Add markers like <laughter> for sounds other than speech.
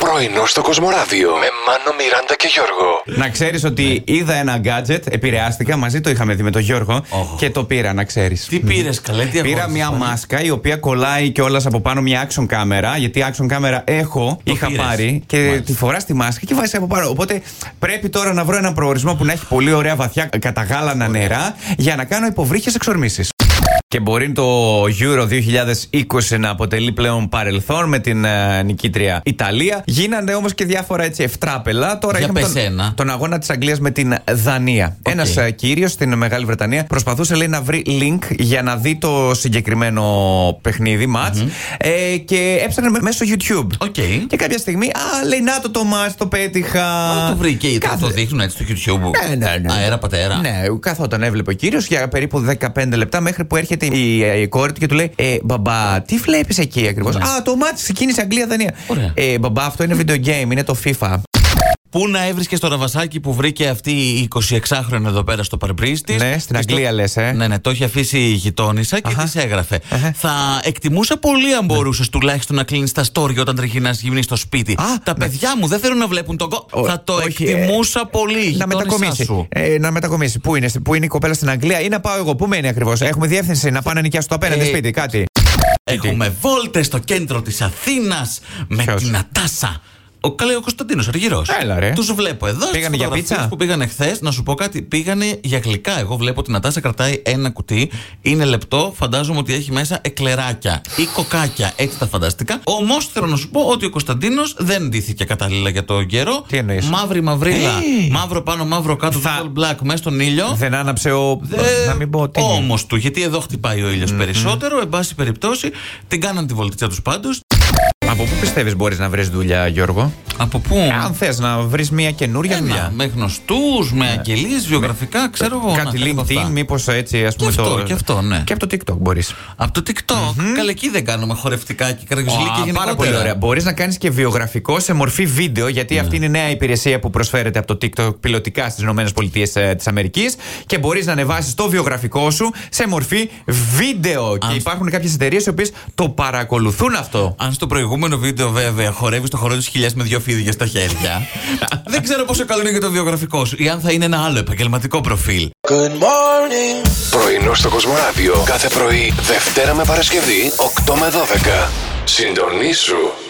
Πρωινό στο Κοσμοράδιο με Μάνο, Μιράντα και Γιώργο. Να ξέρεις ότι είδα ένα gadget, επηρεάστηκα, μαζί το είχαμε δει με τον Γιώργο Οχ. και το πήρα, να ξέρεις. Τι πήρες, καλέ, τι Πήρα αγόρασες, μια πάλι? μάσκα η οποία κολλάει κιόλας από πάνω μια action κάμερα. Γιατί action κάμερα έχω, Το είχα πήρες. πάρει και Μάλιστα. τη φοράς στη μάσκα και βάζεις από πάνω. Οπότε πρέπει τώρα να βρω έναν προορισμό που να έχει πολύ ωραία βαθιά καταγάλανα νερά για να κάνω υποβρύχε εξορμήσεις. Και μπορεί το Euro 2020 να αποτελεί πλέον παρελθόν με την ε, νικήτρια Ιταλία. Γίνανε όμως και διάφορα έτσι ευτράπελα. Τώρα Για είχαμε πες τον, ένα. τον αγώνα της Αγγλίας με την Δανία. Οκ. Ένας Ένα κύριος στην Μεγάλη Βρετανία προσπαθούσε λέει, να βρει link για να δει το συγκεκριμένο παιχνίδι, match, ε, και έψαχνε με- μέσω YouTube. Οκ. Και κάποια στιγμή, α, λέει, να το το match, το πέτυχα. Α, Το βρήκε, το, το δείχνουν έτσι στο YouTube. Ναι, ναι, ναι. Αέρα πατέρα. Ναι, καθόταν, έβλεπε ο κύριος για περίπου 15 λεπτά μέχρι που έρχεται η, η κόρη του και του λέει: ε, Μπαμπά, τι βλέπεις εκεί ακριβώς. Ναι. Α, το μάτι ξεκίνησε Αγγλία-Δανία. Ωραία. Ε, μπαμπά, αυτό είναι video game, είναι το FIFA. Πού να έβρισκες το ραβασάκι που βρήκε αυτή η 26χρονη εδώ πέρα στο παρμπρίζ της. Ναι, στην Αγγλία λες, ε. Ναι, ναι, το έχει αφήσει η γειτόνισσα και Αχα. της έγραφε. Αχα. Ναι. Θα εκτιμούσα πολύ αν μπορούσες τουλάχιστον να κλείνεις τα story όταν τρέχει να γυμνείς στο σπίτι. Α, τα ναι. παιδιά μου δεν θέλουν να βλέπουν τον κο... Ο- Θα το όχι, ε, εκτιμούσα πολύ. η να γειτόνισσά μετακομίσει. σου. Ε, να μετακομίσει. Πού είναι, πού είναι η κοπέλα στην Αγγλία ή να πάω εγώ. Πού μένει ακριβώς. Έχουμε διεύθυνση να πάω να νοικιάσω το απέναντι Ε, σπίτι, κάτι. Έχουμε βόλτες στο κέντρο της Αθήνας με Ποιος? την Ατάσα. Ο καλέ ο Κωνσταντίνος Αργυρός. Έλα, ρε. Τους βλέπω εδώ. στις Πήγανε για φωτογραφίες πίτσα? Που πήγανε χθες, να σου πω κάτι. Πήγανε για γλυκά. Εγώ βλέπω την Ατάσα κρατάει ένα κουτί. Είναι λεπτό. Φαντάζομαι ότι έχει μέσα εκλεράκια ή κοκάκια. Έτσι τα φανταστικά. Όμως θέλω να σου πω ότι ο Κωνσταντίνος δεν ντύθηκε κατάλληλα για το καιρό. Τι εννοείς? Ε! Μαύρη μαυρίλα. Μαύρο πάνω, μαύρο κάτω. Θα- Θα... black μέσα στον ήλιο. Δεν άναψε ο. να μην πω τι. Όμω Ε, του, γιατί εδώ χτυπάει ο ήλιος περισσότερο, εν πάση περιπτώσει, την κάναν τη βολτίτσα τους πάντως. Από πού πιστεύεις μπορείς να βρεις δουλειά, Γιώργο. Από πού? Αν θες να βρεις μια καινούργια Ένα, δουλειά. Ναι. με γνωστούς, με αγγελίε, βιογραφικά, ξέρω εγώ. Κάτι να, από LinkedIn, αυτά. μήπως έτσι ας πούμε αυτό, το. και αυτό, ναι. Και από το TikTok μπορείς. Από το TikTok. Καλά, εκεί δεν κάνουμε χορευτικά και καραγκιουζιλίκια γενικότερα. Πάρα πολύ ωραία. Μπορείς να κάνεις και βιογραφικό σε μορφή βίντεο, Ναι. γιατί αυτή είναι η νέα υπηρεσία που προσφέρεται από το TikTok πιλωτικά στις ΗΠΑ της Αμερικής ε, και μπορείς να ανεβάσεις το βιογραφικό σου σε μορφή βίντεο. Και υπάρχουν κάποιες εταιρείες οι οποίες το παρακολουθούν αυτό. Αν στο προηγούμενο βίντεο, βέβαια, χορεύεις το χορό της χιλιάς με δύο φίδια στα χέρια, <laughs> δεν ξέρω πόσο καλό είναι για το βιογραφικό σου ή αν θα είναι ένα άλλο επαγγελματικό προφίλ. Πρωινό στο Κοσμοράδιο κάθε πρωί, Δευτέρα με Παρασκευή, 8 με 12. Συντονίσου.